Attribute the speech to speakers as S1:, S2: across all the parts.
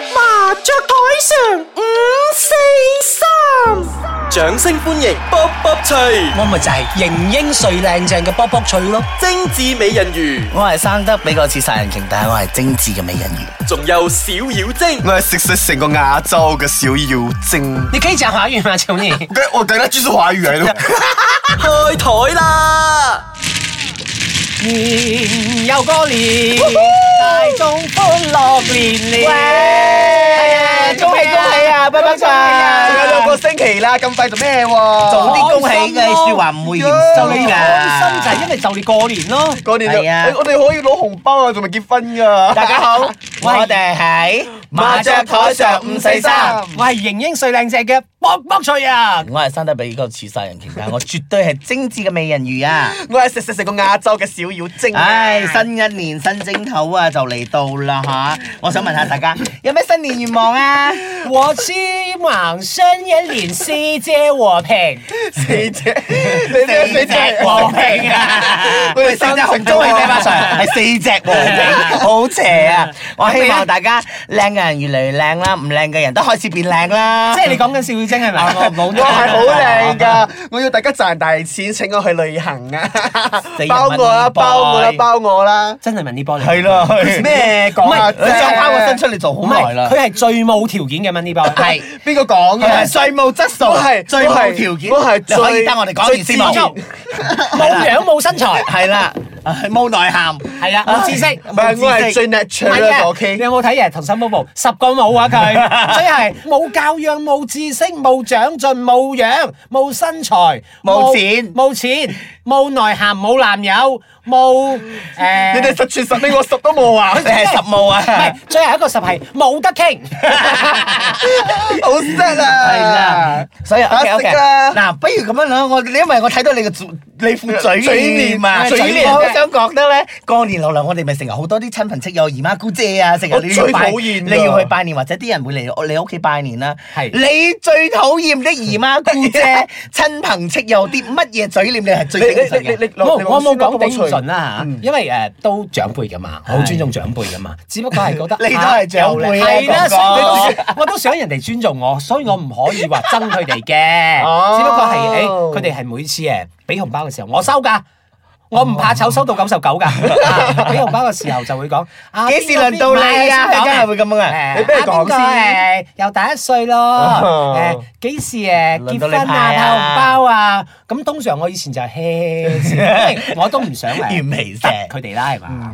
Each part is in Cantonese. S1: 麻雀台上五四三，掌聲歡迎卜卜脆，
S2: 我咪就係型英帥靚正嘅卜卜脆咯，
S1: 精緻美人魚，
S2: 我係生得比較似殺人鯨，但係我係精緻嘅美人魚。
S1: 仲有小妖精。
S3: 我係食食成個亞洲嘅小妖精。
S2: 你可以講華語嗎，求 你？
S3: 我我等下繼續華語 嚟咯。
S1: 開台啦！
S2: 年又過 年，大眾歡樂年年。喂，恭喜恭喜啊，卜卜脆！
S3: 仲有兩個星期啦，咁快做咩喎？
S2: 早啲恭喜嘅説話唔會嫌
S3: 就
S2: 收
S3: 你
S2: 㗎。
S3: 開心
S2: 就係因為就你過年咯。
S3: 過年就
S2: 係啊
S3: 哎我哋可以攞紅包啊，仲未結婚㗎。
S2: 大家好，我哋喺
S3: 麻雀台上五四三
S2: 我係型英帥靚仔嘅卜卜脆啊！我係生得比較似殺人鯨，但我絕對係精緻嘅美人魚啊！
S3: 我係食食成個亞洲嘅小妖精。
S2: 唉，新一年新征頭啊，就嚟到啦吓！我想問下大家，有咩新年願望啊？我希望新一年世界和平，
S3: 四隻，你哋四隻
S2: 和平啊！
S3: 我哋
S2: 四
S3: 三
S2: 隻
S3: 隻
S2: 紅
S3: 紅
S2: 中
S3: 中
S2: 係四
S3: 係四
S2: 把
S3: 把
S2: 上，係四隻和平，好邪啊！我希望大家靚嘅人越嚟越靚啦，唔靚嘅人都開始變靚啦。
S4: 即係你講緊邵雨晶係咪？
S2: 我冇
S3: 我係好靚㗎，我要大家賺大錢，請我去旅行啊！
S2: 死人
S3: 包我啊，
S2: 問題
S3: 包我啦，包我啦！
S4: 真係問呢波嚟。
S2: 係咯，係
S3: 咩
S2: 唔
S3: 講啊？
S2: 係你想拋個身出嚟做
S4: 唔
S2: 好耐
S4: 係
S2: 啦
S4: 佢。係最冇條件嘅問呢波。
S2: 係
S3: 邊個講
S2: 佢係
S3: 嘅？
S2: 稅務質素
S3: 我係，
S2: 最
S3: 我
S2: 冇
S3: 係
S2: 條件，
S3: 我係
S2: 你可以
S3: 最
S2: 得我哋講完先冇
S3: 最
S4: 知足冇樣冇身材。
S2: 係啦，係冇內涵，係啊，
S4: 冇知識
S3: 唔係我係最
S4: 唔係
S3: natural 嘅
S4: 啊
S3: OK
S4: 你。有冇睇《溏心風暴》？十個冇啊佢，所以係冇教養、冇知識、冇長進、冇樣、冇身材、
S2: 冇錢
S4: 冇錢、冇內涵、冇男友、冇誒。
S3: 你哋十全十美，我十都冇啊！
S2: 你係十冇
S4: 唔係
S2: 啊，
S4: 最後一個十係冇得傾。
S3: 好 sad
S2: 係
S3: 啊
S2: 啦！，所以 OK
S3: 啊食
S2: OK，
S3: 啦
S2: 嗱，不如咁樣啦，我因為我睇到你個嘴， 你副嘴
S3: 嘴
S2: 臉啊，
S3: 臉嘴臉
S2: 我好想覺得咧，過年落嚟我哋咪成日好多啲親朋戚友、姨媽姑姐啊，成日
S3: 我
S2: 你要
S3: 最
S2: 拜，
S3: 討厭㗎
S2: 你要去拜年，或者啲人會嚟你屋企拜年啦。
S4: 係
S2: 你最討厭的姨媽姑 姐、親朋戚友啲乜嘢嘴臉，你係最
S3: 啊
S2: 頂唔
S3: 你你
S2: 順
S3: 你你
S2: 嘅。
S3: 你，
S4: 我
S3: 你
S4: 我冇
S3: 先啦
S4: 講
S3: 幫我
S4: 頂唔
S3: 除
S4: 順啦嚇，因為誒都長輩噶嘛，我好尊重長輩噶嘛，只不過係覺得
S2: 你都係長輩啊
S4: 係啦，
S2: 哥
S4: 所
S2: 哥
S4: 以我都我都想人哋尊重我，所以我唔可以話憎佢哋嘅，
S3: 哦
S4: 只不過係誒佢哋係每次誒俾紅包嘅時候我收㗎。我唔怕醜，收到九十九 㗎。啊俾紅包嘅時候就會講，啊
S2: 幾時輪到你啊？
S4: 邊個邊個
S2: 佢真係會咁樣啊！
S4: 誒
S3: 你俾佢講先
S4: 啊邊個誒又大一歲咯，誒幾時誒
S2: 輪到
S4: 結
S2: 你
S4: 婚啊
S2: 派啊
S4: 派紅包啊？咁通常我以前就 hea 先，因為 我都唔想誒
S2: 原味石
S4: 得佢哋啦，係嘛？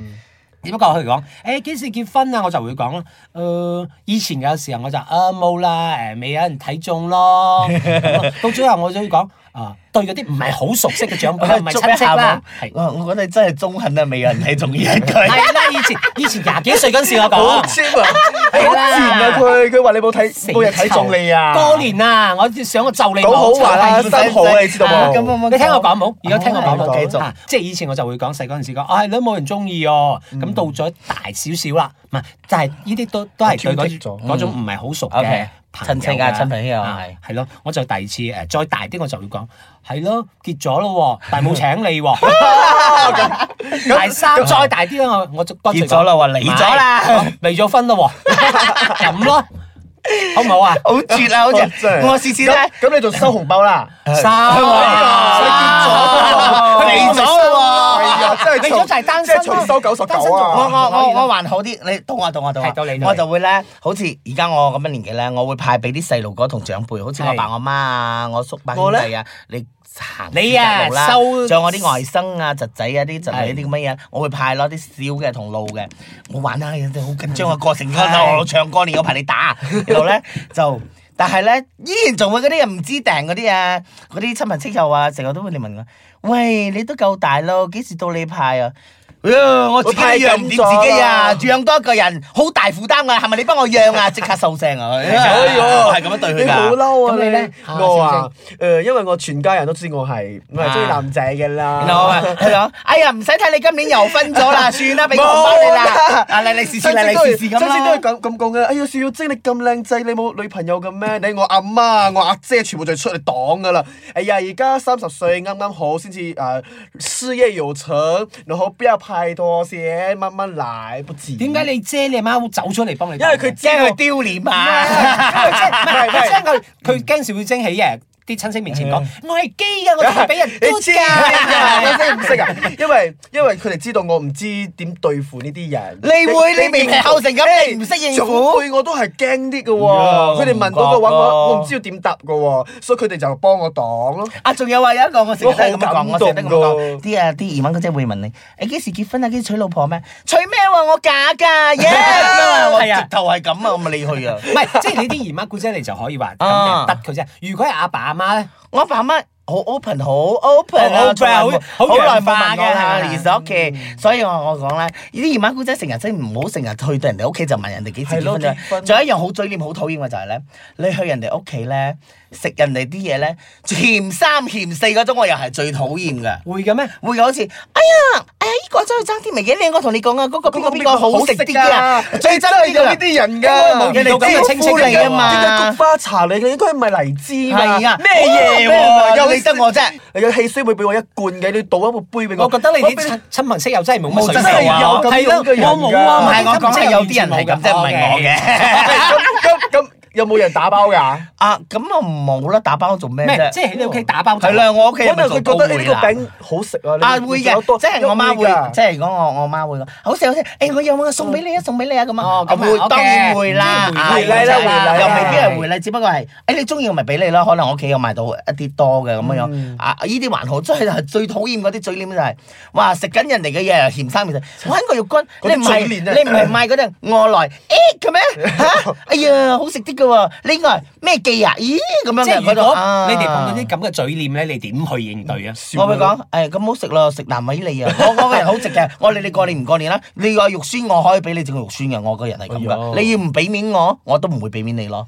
S4: 只不過佢哋講誒幾時結婚啊，我就會講啦。誒以前有時候我就啊冇啦，誒未有人睇中咯。咁到最後我就會講啊對嗰啲唔係好熟悉嘅 長輩，唔係親戚
S3: 啊
S4: 啦，係
S2: 啊我我覺得真係中肯啊，美人係重要一句。
S4: 係啦，以前以前廿幾歲嗰陣時我
S3: 好
S4: 講。
S3: cheap 啊！好
S4: 係啦
S3: 賤啊！佢佢話你冇睇冇人睇中你啊！
S4: 過年啊，我想我就你
S3: 講好
S4: 冇
S3: 話啦，
S2: 臭
S3: 新
S2: 屁
S3: 好啊，你知道
S2: 啊咁我
S3: 冇？
S2: 冇
S4: 你聽我講冇，而家聽我講
S2: 好
S4: 冇，
S2: 繼續
S4: 啊即係以前我就會講細嗰陣時講，啊係咯，冇人中意哦。
S2: 嗯
S4: 咁到咗大少少啦，唔係，就係呢啲都都係對
S3: 挑剔
S4: 嗰
S2: 啊
S4: 種
S3: 咗
S4: 嗰種唔係好熟
S2: 嗯
S4: 嘅
S2: OK，
S4: 朋友
S2: 親戚啊親朋戚友
S4: 啊
S2: 係
S4: 係咯。我就第二次誒再大啲，我就會講係咯，結咗 咯喎，但係冇請你喎。第三再大啲咧，啊我我就乾脆
S2: 結咗啦喎
S4: 講
S2: 離咗啦
S4: 唔係離咗婚啦喎， 咁咯，好唔好啊？
S2: 好絕啊！好似
S3: 真係
S2: 我試試咧。
S3: 咁你仲收紅 包啦？
S4: 收啊！
S2: 啊佢結咗啦
S3: 哎
S2: 喎！
S3: 呀，真係
S4: 你
S3: 從
S4: 早就係單身啊
S3: 即係重收九十
S4: 單身族
S3: 九
S2: 我
S3: 啊！
S2: 我我我還好啲，你到我到我到我，
S4: 係到你到你
S2: 啊我就會咧，好似而家我咁嘅年紀咧，我會派俾啲細路哥同長輩，好似我
S4: 係
S2: 爸我媽啊，我叔伯兄弟啊，你行
S4: 你啊
S2: 呢條路啦
S4: 收
S2: 仲有我啲外甥啊、侄仔啊、啲侄
S4: 係
S2: 女啲咁嘅嘢，我會派咯啲小嘅同路嘅，我玩下人哋好緊張嘅啊過程，我唱歌你嗰排你打，然後咧就。但係咧，依然仲會嗰啲人唔知定嗰啲啊，嗰啲親朋戚友啊，成日都會嚟問我：，喂，你都夠大咯，幾時到你派啊？哎呀我自己都養唔掂自己啊，
S3: 我派緊咗
S2: 養多一個人好大負擔啊，係咪你幫我養 啊？即刻收聲啊！哎呀
S3: 哎呦
S2: 我係咁樣對佢
S3: 你好
S2: 㗎。
S3: 嬲啊！
S4: 咁你咧
S3: 我啊，誒，因為我全家人都知我係我
S4: 啊
S3: 係中意男仔嘅啦。
S2: 然後我話佢講：，哎呀，唔使睇你今年又分咗 啦，算啦，俾個紅包你啦。啊，你你試試，你你試試咁
S3: 真先都係
S2: 啦。
S3: 咁咁講嘅。哎呀，小妖精你咁靚仔，你冇女朋友嘅咩？你我阿媽、我阿姐全部就出嚟擋噶啦。呃哎呀，而家三十歲啱啱好先至誒事業有成，然後不要太多先，乜乜奶不止。
S4: 點解 你姐你阿媽會走出嚟幫你
S3: 因
S4: 打？
S3: 為佢
S2: 驚佢丟臉 啊！
S4: 唔係，
S3: 唔係，唔係。
S4: 即係佢-佢驚小妖精喺，誒，啲親戚面前講， 我係基㗎，我仲要俾人
S3: 你知
S4: 嘟㗎。
S3: 啊？你識唔識啊？因為因為佢哋知道我唔知點對付呢啲人。
S2: 你會你面皮厚成咁，你唔識應
S3: 總
S2: 付。
S3: 輩我都係驚啲嘅
S2: 呀
S3: 喎，佢哋問到嘅
S2: 我唔覺
S3: 話，
S2: 咯
S3: 我我唔知道點答嘅喎，所以佢哋就幫我擋咯。
S2: 啊，仲有啊，有一個我成日都係咁
S3: 我好
S2: 講，
S3: 感
S2: 我成日都咁
S3: 動
S2: 講。
S3: 㗎
S2: 啲啊啲姨媽嗰姐會問你：你幾時結婚啊？幾時娶老婆咩？娶咩喎？我假㗎， 耶！我
S4: 係啊
S2: 直頭係咁啊，我咪理佢啊。
S4: 唔係，即係你啲姨媽姑姐嚟就可以話，咁就
S2: 啊。
S4: 得佢啫。如果係阿爸阿媽呢？
S2: 我阿爸媽好 open，好 open 啊，
S4: 好 open，
S2: 從來冇
S4: 好
S2: 好耐
S4: 洋
S2: 冇
S4: 化
S2: 問
S4: 嘅
S2: 我
S4: 係
S2: 啦
S4: 嘛，
S2: 其實屋企，所以我我講啦，呢啲姨媽姑姐成日真係唔好成日去到人哋屋企就問人哋幾時
S3: 係
S2: 結
S3: 咯
S2: 婚啫
S3: 結婚
S2: 仲有一樣好嘴臉好討厭嘅就係咧，你去人哋屋企咧食人哋啲嘢咧，嫌三嫌四嗰種我又係最討厭嘅。會有好似，哎呀，哎呀，依個真係爭啲味嘅，你我同你講啊，嗰個邊個邊個好食啲啊，最憎呢
S3: 有呢
S2: 個。
S3: 啲人
S4: 㗎
S3: 㗎，
S2: 人哋招呼你啊嘛
S3: 點解菊花茶嚟嘅？應該唔係荔枝嘛？
S2: 係啊
S3: 咩嘢
S2: 哇
S3: 喎？
S2: 有理得我啫！
S3: 你嘅汽水會俾我一罐嘅，你倒一個杯俾我。
S4: 我覺得你啲
S3: 我俾
S4: 親-親朋戚友真係冇乜
S2: 冇
S4: 水
S2: 真係
S4: 平啊。
S3: 有咁
S4: 係咯，
S3: 樣嘅人㗎。
S2: 唔
S4: 我冇啊，
S2: 係我講係有啲人係咁啫，唔係我
S4: 我啲親戚有啲人係咁啫，唔係我嘅。
S2: 嘅。
S3: 咁咁咁有冇人打包㗎？
S2: 啊，咁啊冇啦，打包做咩啫？嗯
S4: 咩？即係喺你屋企打包就-啊
S2: 係啦，我屋企
S3: 可
S2: 人咪
S3: 能
S2: 做
S3: 佢
S2: 都
S3: 覺得哎
S2: 會
S3: 呢個
S2: 啦。
S3: 餅好食啊！
S2: 啊會嘅，即係我媽會，即
S3: 係
S2: 係如果我我媽會講，好食好食，誒我有啊，送俾你啊，送俾你啊咁啊
S4: 哦，咁啊
S2: 會
S4: OK，
S2: 當然會啦，
S4: 咁
S3: 回禮
S2: 係啊
S3: 啦回禮
S2: 又
S3: 啦
S2: 未必係回禮，只不過係誒你中意我咪俾你咯，可能我屋企有買到一啲多嘅咁樣樣啊，依啲還好，最係最討厭嗰啲嘴臉就係，哇食緊人哋嘅嘢嫌三嫌四，揾個肉乾，
S3: 嗰啲
S2: 你唔係
S3: 嘴臉啊
S2: 你唔係賣嗰啲外來，誒咁樣嚇，哎呀好食啲嘅喎，呢個係咩記啊？咦咁樣嘅
S4: 即係如果
S2: 嗰度啊
S4: 你哋碰到啲咁嘅嘴臉呢，你點去應對啊？
S2: 我咪講，誒咁好食咯，食南米利啊！我我個人好食 嘅，我理你過年唔過年啦。你話肉酸，我可以俾你整個肉酸嘅，我個人係咁
S4: 哎呦
S2: 噶。你要唔俾面我，我都唔會俾面你咯。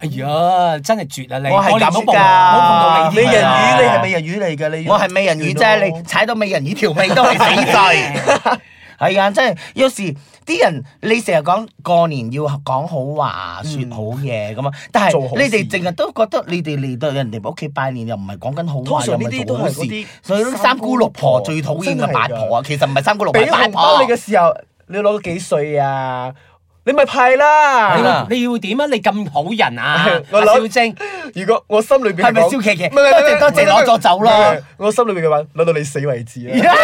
S4: 哎呀，真係絕啊你！
S2: 我係
S4: 哋冇
S2: 咁
S4: 碰
S2: 㗎
S4: 冇碰到你
S3: 美
S4: 啲
S2: 你
S3: 人
S2: 啊
S3: 魚，你係美人魚嚟㗎？你
S2: 我係美人魚啫，你踩到美人魚條尾都係死 罪。係啊，真係有時啲人你成日講過年要講好話、説好嘢咁啊，但係
S3: 做好
S2: 你
S3: 事
S2: 哋淨日都覺得你哋嚟到人哋屋企拜年又唔係講緊好
S3: 通
S2: 話，又
S3: 常
S2: 唔
S3: 呢
S2: 係
S3: 啲
S2: 做
S3: 都
S2: 好
S3: 係
S2: 事
S3: 嗰啲，
S2: 所以三姑六婆最討厭嘅八婆啊，其實唔係三姑六婆，
S3: 俾
S2: 係八
S3: 紅
S2: 婆
S3: 包你嘅時候，你攞到幾歲啊？你咪派啦！
S4: 你
S2: 係啦
S4: 會你要點啊？你咁好人 啊，
S3: 我
S4: 阿
S3: 諗
S4: 小晶，
S3: 如果我心裏邊
S2: 係咪
S3: 講
S2: 燒茄茄
S3: 唔係唔係
S2: 多謝
S3: 唔
S2: 多謝
S3: 係唔係
S2: 攞咗走啦
S3: 唔係我心裏邊嘅話，攞到你死為止 啦。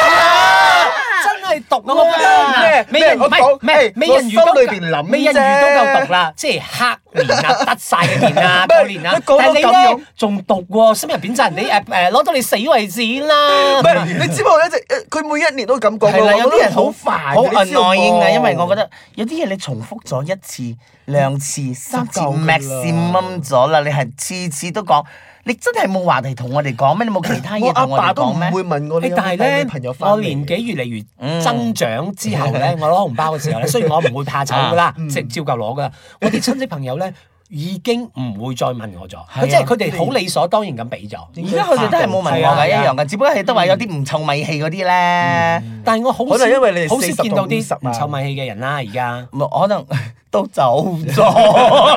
S4: 真係毒啊！我覺得
S3: 咩
S4: 美人
S3: 咩
S4: 唔係
S3: 我講
S4: 唔係
S3: 咩
S4: 美人魚
S3: 我
S4: 都
S3: 心裏邊諗啫
S4: 美人魚都夠毒啦，即係黑面啊，得晒嘅面 啊，
S3: 咩
S4: 過年啊
S3: 佢，講到
S4: 但係
S3: 咁
S4: 你
S3: 樣
S4: 咧仲毒喎，心入邊就人哋誒誒攞到你死為止啦
S3: 唔。係，你知唔知我一直誒佢每一年都咁講
S2: 係啦，
S3: 嘅，
S2: 有
S3: 我覺
S2: 啲
S3: 得
S2: 人好
S3: 煩嘅，
S2: 好
S3: 你知道
S2: annoying
S3: 冇
S2: 啊，因為我覺得有啲嘢你重複咗一次、兩次、三次
S3: 就夠㗎啦
S2: maximum 咗啦，你係次次都講，你真係冇話題同我哋講咩？你冇其他
S3: 我
S2: 嘢
S3: 阿
S2: 同我
S3: 爸
S2: 哋
S3: 都唔
S2: 講咩？
S3: 會問我你
S4: 誒
S3: 有
S4: 但
S3: 冇
S4: 係
S3: 帶
S4: 咧
S3: 你朋友，翻
S4: 我
S3: 嚟。
S4: 年紀越嚟
S2: 嗯
S4: 越增長之後 咧，我攞紅包嘅時候咧，雖然我唔會怕醜噶
S2: 啊
S4: 啦，即係照舊攞噶啦。我啲親戚朋友咧已經唔會再問我咗，
S2: 係啊
S4: 佢即係佢哋好理所當然咁俾咗。
S2: 而家佢哋都係冇問
S4: 係
S2: 我
S4: 啊
S2: 㗎，一
S4: 係啊
S2: 樣㗎，只不過係都話有啲唔湊米氣嗰啲咧，
S3: 嗯
S4: 但係我好
S3: 可
S4: 少
S3: 能因為你哋
S4: 好少
S3: 40到啊
S4: 見到啲
S3: 50
S4: 唔臭米氣嘅人啦，而家。
S2: 咪可能 都走咗。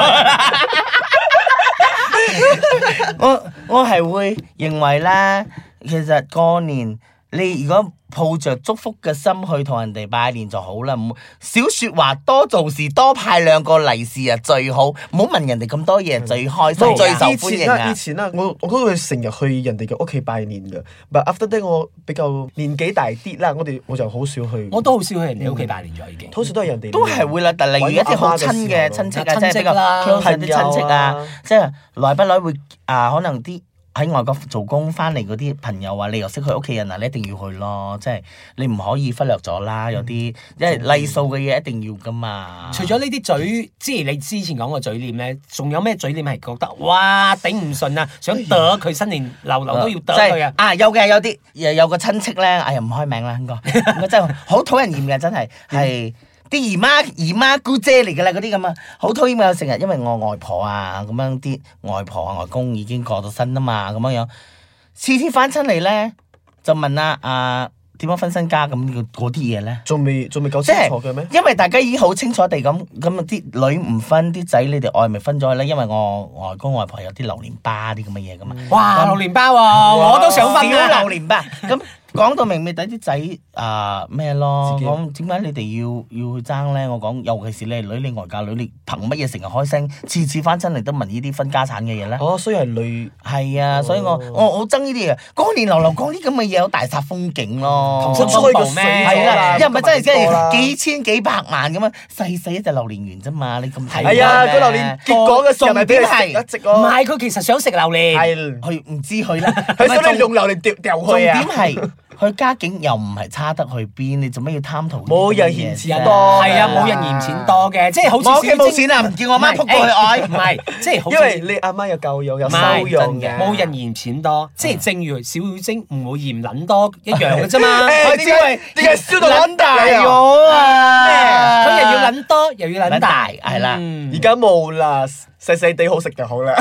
S2: 我我係會認為咧，其實過年你如果抱着祝福嘅心去同人哋拜年就好啦，唔少説話多做事，多派兩個利是啊最好，唔好問人哋咁多嘢最開心、
S4: 冇
S2: 最受
S3: 以
S2: 歡迎
S3: 前啦，
S2: 啊
S3: 以！前啦，我我嗰度成日去人哋嘅屋企拜年嘅，but after that 我比較年紀大啲啦，我哋我就好少去，
S4: 我都好少去人哋屋企拜年咗，已經。
S3: 通常都係人哋
S2: 都係會啦，但例如一啲好親嘅親戚啊，
S4: 親
S2: 即
S4: 戚啦
S2: 係比較 close 啲親戚
S3: 朋友
S2: 啊
S3: 啊，
S2: 即係耐不耐會啊，可能啲喺外國做工翻嚟嗰啲朋友啊，你又識佢屋企人啊，你一定要去咯，即係你唔可以忽略咗啦，有啲因為禮數嘅嘢一定要噶嘛。
S4: 除咗呢啲嘴，即係你之前講個嘴臉咧，仲有咩嘴臉係覺得哇頂唔順啊，想啄
S3: 哎
S4: 佢新年流流都要啄
S2: 即
S4: 佢
S2: 係
S4: 啊！
S2: 啊，有嘅有啲有有個親戚咧，哎呀唔開名 啦，應該應該真係好討人厭嘅，真係
S4: 嗯
S2: 係。啲姨媽姨媽姑姐嚟㗎啦，嗰啲咁啊，好討厭啊！成日因為我外婆啊，咁樣啲外婆啊外公已經過咗身啦嘛，咁樣樣次次翻親嚟咧，就問啊啊點樣分身家咁嗰嗰啲嘢咧，
S3: 仲未仲未夠
S2: 即
S3: 清楚嘅咩
S2: 係？因為大家已經好清楚地咁咁啊，啲女唔分，啲仔你哋愛咪分咗咧，因為我外公外婆有啲榴蓮巴啲咁嘅嘢噶嘛。
S4: à. Ờ, 哇，榴蓮包啊，我都想分
S2: 小
S4: 啊！
S2: 榴蓮吧。咁講到明咪抵啲仔啊咩咯，
S3: 自己
S2: 講點解你哋要要去爭咧？我講，尤其是你係女，你外嫁女，你憑乜嘢成日開聲，次次翻親嚟都問呢啲分家產嘅嘢咧？
S3: 哦，雖然係女，
S2: 係啊，所以我我我憎呢啲嘢，嗰年流流講啲咁嘅嘢，好大殺風景咯。
S4: 同心
S3: 吹個
S4: 同咩
S2: 係啦，又唔係真係真係幾
S3: 幾？
S2: 千幾百萬咁樣，細細一隻榴蓮園啫嘛，你咁睇
S3: 係啊，
S2: 咩
S3: 個榴蓮結果嘅時候咪俾
S2: 重點
S3: 佢
S2: 係
S3: 食一直咯，
S4: 唔係佢其實想食榴蓮，
S3: 係
S2: 佢唔知佢啦，
S3: 佢
S2: 唔係
S3: 想
S2: 重
S3: 你用榴蓮掉掉
S2: 重
S3: 去
S2: 點
S3: 啊！
S2: 係佢家境又唔係差得去邊，你做咩要貪圖呢啲
S3: 冇人
S2: 嘢
S3: 嫌
S2: 啫
S4: Dạ,
S3: 錢多
S4: 係啊，冇人嫌錢多嘅，即係好似
S2: 我屋企
S4: 小
S2: 冇
S4: 精
S2: 錢啊，唔叫我媽撲過去愛。
S4: 唔係，即係好似
S3: 因為你阿媽有教養有
S4: 唔
S3: 修
S4: 係
S3: 養
S2: 真
S3: 嘅，
S4: 冇人嫌錢多，即係正如小妖精唔會嫌撚多一樣嘅啫嘛。
S3: 誒
S2: 只
S3: 點解
S2: 係
S3: 點解燒到
S2: 撚
S3: 咁
S2: 大
S3: 大啊？
S2: 咗啊！
S4: 佢又要撚多，又要
S2: 撚
S4: 撚
S2: 大
S4: 大，
S2: 係啦
S4: 嗯
S3: 而家冇啦，細細地好食就好啦。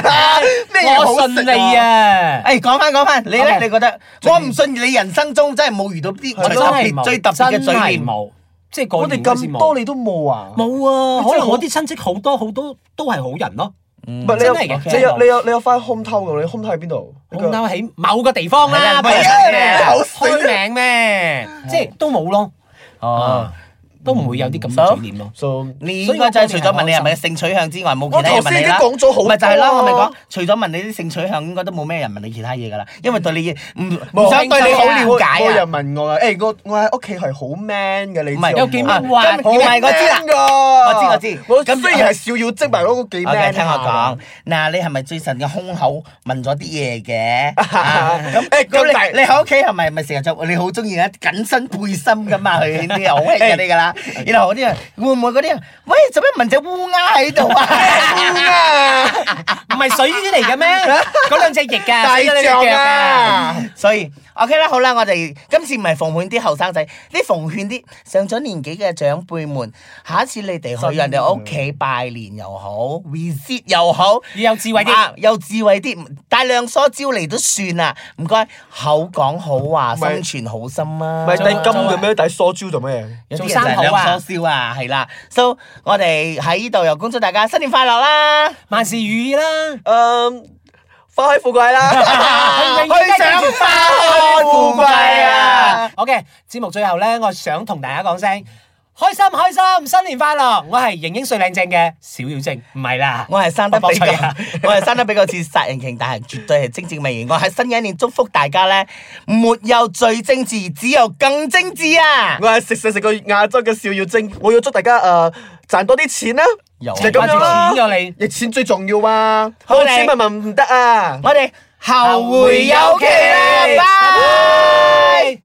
S3: 咩嘢
S4: 我
S3: 好
S4: 信
S3: 食
S4: 你！
S2: à.
S4: 啊！
S2: 誒講翻講翻，你咧
S4: OK
S2: 你覺得？我唔信你人生中真係冇遇到啲我哋
S4: 真
S2: 特
S4: 係
S2: 別
S4: 冇
S2: 最特別嘅
S4: 真
S2: 嘴
S4: 係
S2: 臉。
S4: 冇，即係過
S3: 我哋
S4: 年嗰時
S3: 咁
S4: 冇
S3: 多你都冇啊？
S4: 冇啊！
S3: 你真係
S4: 可能
S3: 好
S4: 我啲親戚好多好多都係好人咯，
S3: 唔係你
S4: 真係
S3: 有
S4: 嘅
S3: 你有你有你有翻空偷㗎？你空偷喺邊度？
S4: 好嬲喺某個地方啦，
S2: 係啊
S4: 開名
S2: 係啊
S3: 好死啊
S4: 開名咩？即係都冇咯，
S2: 哦，
S4: 都唔會有啲咁嘅嘴臉咯。
S3: So
S2: 你應該就係除咗問你係咪性取向之外，冇其他嘢
S3: 我頭
S2: 問
S3: 先
S2: 你
S3: 已經
S2: 啦。
S3: 講咗好多
S2: 咪就係啦，我咪講，除咗問你啲性取向，應該都冇咩人問你其他嘢㗎啦，因為對你唔唔想對你好了解
S3: 冇
S2: 啊
S3: 人。問我啊！誒，我我喺屋企係好 man 嘅，你知
S2: 唔係
S3: 我
S4: 有幾
S3: 冇
S4: man
S3: 啊
S4: 話
S2: 唔係我知啦
S3: 好 man 㗎
S2: 我知我知
S3: 我
S2: 咁
S3: 雖然係少要積埋嗰個幾
S2: O.K.
S3: man，à?
S2: 聽我講，嗱，你係咪最近嘅胸口問咗啲嘢嘅？啊咁
S3: 誒咁大
S2: 咁你你喺屋企係咪咪成日着？你好中意啊緊身背心噶嘛？佢啲好興嗰啲噶啦。然後嗰啲人會唔會嗰啲人？喂，做咩問只烏鴉喺度啊？
S4: 唔係水魚嚟嘅咩？嗰兩隻翼㗎，
S3: 大
S4: 死咗你隻腳
S3: 象啊！！
S2: 所以 OK 啦，好啦，我哋今次唔係奉勸啲後生仔，啲奉勸啲上咗年紀嘅長輩們，下一次你哋去人哋屋企拜年又好，visit 又好，
S4: 要有智慧啲
S2: 啊有智慧啲，帶兩梳蕉嚟都算啦。唔該，口講好話，
S3: 唔係
S2: 心存好心啊。
S3: 唔係
S4: 做
S3: 遞金嘅咩？遞梳蕉做咩？
S2: 有啲
S4: 做
S2: 人就
S4: 生
S2: 係
S4: 蠔啊
S2: 兩梳蕉啊，係啦。So 我哋喺呢度又恭祝大家新年快樂啦！
S4: 萬事如意 啦！
S3: 誒，花開富貴 啦！
S4: 去
S2: 上花開富
S3: à.
S2: 貴啊！
S4: à. ！OK，節目最後咧，我想同大家講聲開心開心，新年快樂！我係型英帥靚正嘅小妖精，唔係啦，
S2: 我係生得比較
S4: 我博取啊，
S2: 我係生得比較似殺人鯨，但係絕對係精緻美人。我喺新嘅一年祝福大家咧，沒有最精緻，只有更精緻啊！
S3: 我係食食食個亞洲嘅少要精，我要祝大家誒賺多啲錢啦！
S2: 有啊
S3: 就咁樣啦
S4: 賺錢㗎你，
S3: 亦錢最重要啊！
S2: 好
S3: 冇
S2: 你
S3: 錢咪問 à. 唔得啊！
S2: 我哋後會有期啦，拜拜。